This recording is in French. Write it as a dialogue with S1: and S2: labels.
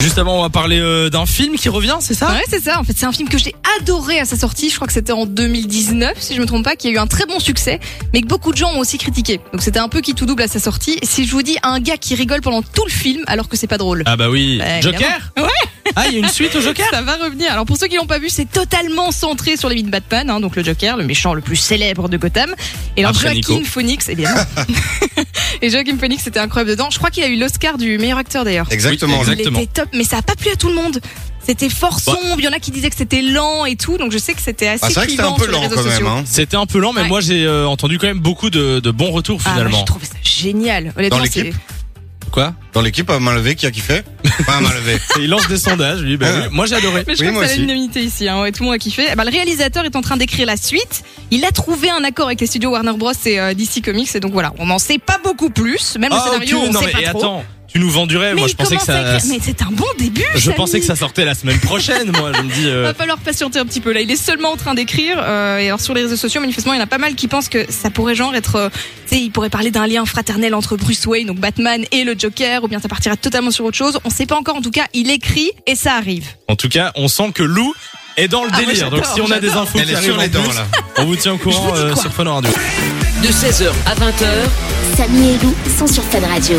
S1: Juste avant, on va parler euh, d'un film qui revient, c'est ça
S2: Ouais, c'est ça. En fait, c'est un film que j'ai adoré à sa sortie. Je crois que c'était en 2019, si je me trompe pas, qui a eu un très bon succès, mais que beaucoup de gens ont aussi critiqué. Donc c'était un peu qui tout double à sa sortie. Et si je vous dis un gars qui rigole pendant tout le film, alors que c'est pas drôle.
S1: Ah bah oui.
S2: Bah,
S1: Joker
S2: évidemment.
S1: Ah, il y a une suite au Joker
S2: Ça va revenir. Alors pour ceux qui l'ont pas vu, c'est totalement centré sur les vies de Batman, hein, donc le Joker, le méchant le plus célèbre de Gotham. Et alors
S1: Après
S2: Joaquin
S1: Nico.
S2: Phoenix, évidemment. et Joaquin Phoenix c'était incroyable dedans. Je crois qu'il a eu l'Oscar du meilleur acteur d'ailleurs.
S1: Oui,
S3: Exactement.
S1: exact. Exactement.
S2: Il était top, mais ça a pas plu à tout le monde. C'était fort
S1: Bah.
S2: sombre, il y en a qui disaient que c'était lent et tout, donc je sais que c'était assez
S3: Ah, c'est vrai que c'était
S2: clivant
S3: un peu
S2: sur les
S3: lent
S2: réseaux
S3: quand même.
S2: sociaux.
S3: hein.
S1: C'était un peu lent, mais
S2: Ouais.
S1: moi j'ai euh, entendu quand même beaucoup de, de bons retours
S2: Ah,
S1: finalement.
S2: j'ai trouvé ça génial. Honnêtement,
S3: Dans
S2: c'est
S3: l'équipe
S1: Quoi
S3: hein. Dans l'équipe, à main levée, qui a kiffé Pas à main levée.
S1: Et Il lance des sondages, lui. Bah,
S3: Ah.
S1: oui. Moi j'ai adoré.
S2: Mais je
S3: Oui,
S2: crois
S3: moi
S2: que c'est
S3: aussi.
S2: l'unanimité ici, hein, ouais, tout le monde a kiffé. Eh ben, le réalisateur est en train d'écrire la suite. Il a trouvé un accord avec les studios Warner Bros et euh, DC Comics, et donc voilà, on n'en sait pas beaucoup plus. Même le
S1: Ah,
S2: scénario,
S1: ok,
S2: on
S1: non,
S2: sait
S1: mais
S2: pas
S1: et
S2: trop.
S1: attends, tu nous vends du rêve.
S2: mais
S1: moi
S2: il
S1: je pensais que
S2: commence à
S1: ça.
S2: écrire- mais c'est un bon début.
S1: Je
S2: Samy.
S1: pensais que ça sortait la semaine prochaine, moi. Je me dis. euh,
S2: Va falloir patienter un petit peu là. Il est seulement en train d'écrire. euh, et alors sur les réseaux sociaux, manifestement, il y en a pas mal qui pensent que ça pourrait genre être, euh, tu sais, il pourrait parler d'un lien fraternel entre Bruce Wayne, donc Batman et le Joker, ou bien ça partira totalement sur autre chose. On sait pas encore. En tout cas, il écrit et ça arrive.
S1: En tout cas, on sent que Lou est dans le
S2: Ah, moi,
S1: délire.
S2: j'adore,
S1: Donc si on a des
S2: j'adore.
S1: infos
S3: Elle
S1: qui
S3: est
S1: arrivent
S3: sur
S1: en
S3: les dents,
S1: plus,
S3: là.
S1: on vous tient au courant
S2: dis
S1: euh,
S2: quoi
S1: sur Fun Radio.
S4: De 16h à 20h,
S5: Samy et Lou sont sur Fun Radio.